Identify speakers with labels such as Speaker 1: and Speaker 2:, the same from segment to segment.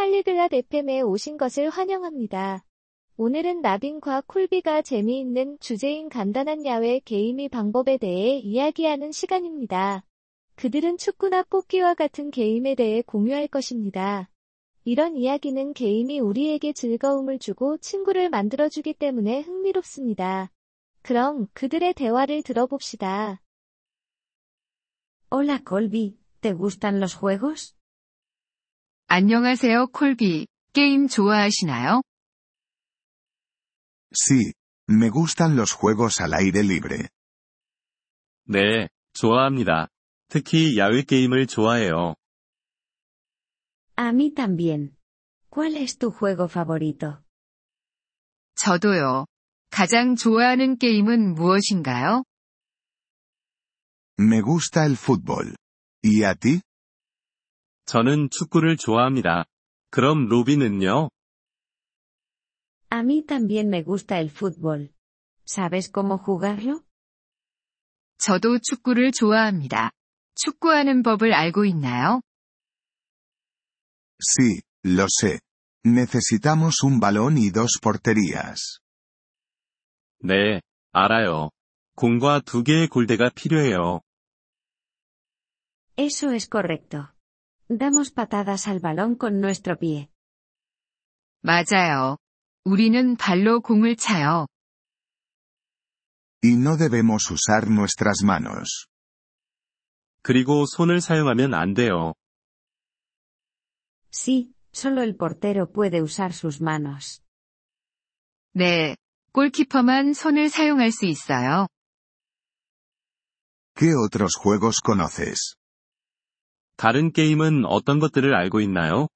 Speaker 1: 찰리글랏 FM에 오신 것을 환영합니다. 오늘은 나빈과 콜비가 재미있는 주제인 간단한 야외 게이미 방법에 대해 이야기하는 시간입니다. 그들은 축구나 뽑기와 같은 게임에 대해 공유할 것입니다. 이런 이야기는 게임이 우리에게 즐거움을 주고 친구를 만들어주기 때문에 흥미롭습니다. 그럼 그들의 대화를 들어봅시다.
Speaker 2: Hola Colby, ¿te gustan los juegos?
Speaker 3: 안녕하세요, 콜비. 게임 좋아하시나요?
Speaker 4: Sí, me gustan los juegos al aire libre.
Speaker 5: 네, 좋아합니다. 특히 야외 게임을 좋아해요.
Speaker 2: A mí también. ¿Cuál es tu juego favorito?
Speaker 3: 저도요. 가장 좋아하는 게임은 무엇인가요?
Speaker 4: Me gusta el fútbol. ¿Y a ti?
Speaker 5: 저는 축구를 좋아합니다. 그럼 로빈은요?
Speaker 2: A mí también me gusta el fútbol. ¿Sabes cómo jugarlo?
Speaker 3: 저도 축구를 좋아합니다. 축구하는 법을 알고 있나요?
Speaker 4: Sí, lo sé. Necesitamos un balón y dos porterías.
Speaker 5: 네, 알아요. 공과 두 개의 골대가 필요해요.
Speaker 2: Eso es correcto. Damos patadas al balón con nuestro pie.
Speaker 3: 맞아요. 우리는 발로 공을 차요.
Speaker 4: Y no debemos usar nuestras manos.
Speaker 5: 그리고 손을 사용하면 안 돼요.
Speaker 2: Sí, solo el portero puede usar sus manos.
Speaker 3: 네. 골키퍼만 손을 사용할 수 있어요.
Speaker 4: ¿Qué otros juegos conoces?
Speaker 5: 다른 게임은 어떤 것들을 알고 있나요?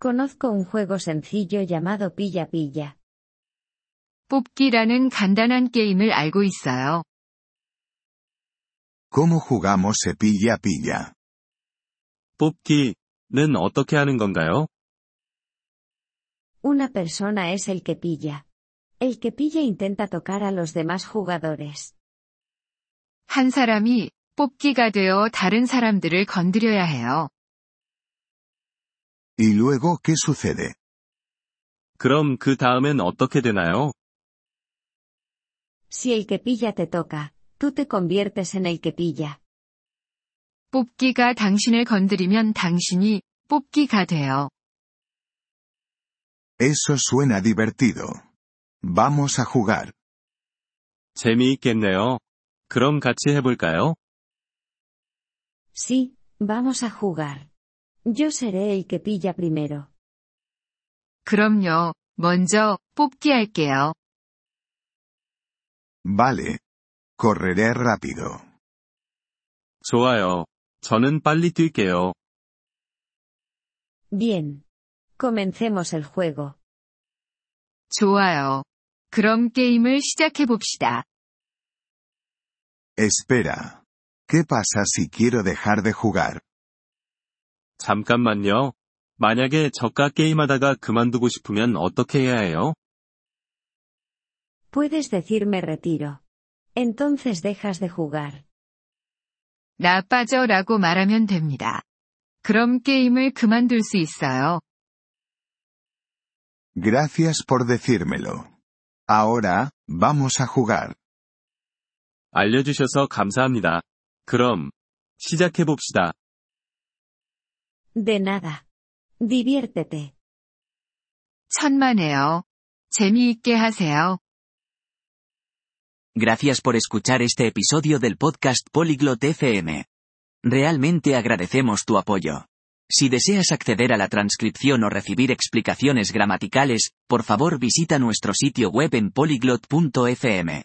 Speaker 2: Conozco un juego sencillo llamado Pilla Pilla.
Speaker 3: 뽑기라는 간단한 게임을 알고 있어요.
Speaker 4: ¿Cómo jugamos cepilla pilla?
Speaker 5: 뽑기는 어떻게 하는 건가요?
Speaker 2: Una persona es el que pilla. El que pilla intenta tocar a los demás jugadores.
Speaker 3: 한 사람이 뽑기가 되어 다른 사람들을 건드려야 해요.
Speaker 4: ¿Y luego qué sucede?
Speaker 5: 그럼 그 다음엔 어떻게 되나요?
Speaker 2: Si el que pilla te toca, tú te conviertes en el que pilla.
Speaker 3: 뽑기가 당신을 건드리면 당신이 뽑기가 돼요.
Speaker 4: Eso suena divertido. Vamos a jugar.
Speaker 5: 재미있겠네요. 그럼 같이 해볼까요?
Speaker 2: Sí, vamos a jugar. Yo seré el que pilla primero.
Speaker 3: 그럼요. 먼저 뽑기 할게요.
Speaker 4: Vale. Correré rápido.
Speaker 5: 좋아요. 저는 빨리 뛸게요.
Speaker 2: Bien. Comencemos el juego.
Speaker 3: 좋아요. 그럼 게임을 시작해 봅시다.
Speaker 4: Espera. ¿Qué pasa si quiero dejar de jugar?
Speaker 5: 잠깐만요. 만약에 저가 게임하다가 그만두고 싶으면 어떻게 해야 해요?
Speaker 2: Puedes decirme retiro. Entonces dejas de jugar.
Speaker 3: 나 빠져라고 말하면 됩니다. 그럼 게임을 그만둘 수 있어요.
Speaker 4: Gracias por decírmelo. Ahora, vamos a jugar.
Speaker 5: 알려주셔서 감사합니다. 그럼, 시작해봅시다.
Speaker 2: De nada. Diviértete.
Speaker 3: 천만에요. 재미있게 하세요.
Speaker 6: Gracias por escuchar este episodio del podcast Polyglot FM. Realmente agradecemos tu apoyo. Si deseas acceder a la transcripción o recibir explicaciones gramaticales, por favor visita nuestro sitio web en polyglot.fm.